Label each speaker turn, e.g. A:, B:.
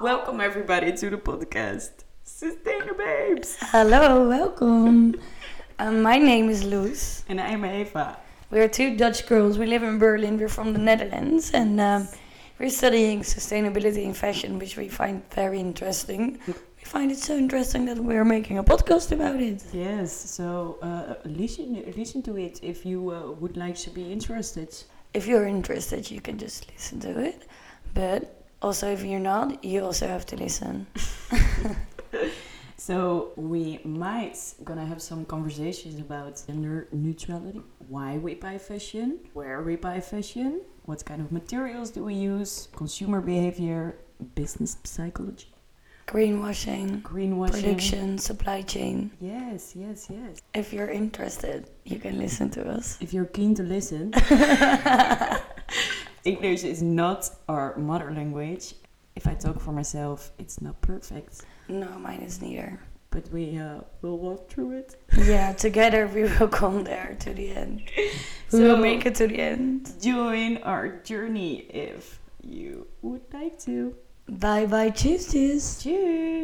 A: Welcome everybody to the podcast. Sustainer Babes.
B: Hello, welcome. um, my name is Luz.
A: And I'm Eva.
B: We're two Dutch girls. We live in Berlin. We're from the Netherlands, and um, we're studying sustainability in fashion, which we find very interesting. We find it so interesting that we're making a podcast about it.
A: Yes, so uh, listen listen to it if you uh, would like to be interested.
B: If you're interested, you can just listen to it. But also, if you're not, you also have to listen.
A: So we might gonna have some conversations about gender neutrality, why we buy fashion, where we buy fashion, what kind of materials do we use, consumer behavior, business psychology,
B: Greenwashing,
A: greenwashing.
B: production, supply chain.
A: Yes, yes, yes.
B: If you're interested, you can listen to us.
A: If you're keen to listen, English is not our mother language. If I talk for myself, it's not perfect,
B: No, mine is neither.
A: but we uh, will walk through it.
B: Yeah, together we will come there to the end. We will
A: So-
B: make it to the end.
A: Join our journey if you would like to.
B: Bye bye, cheese.
A: Cheers.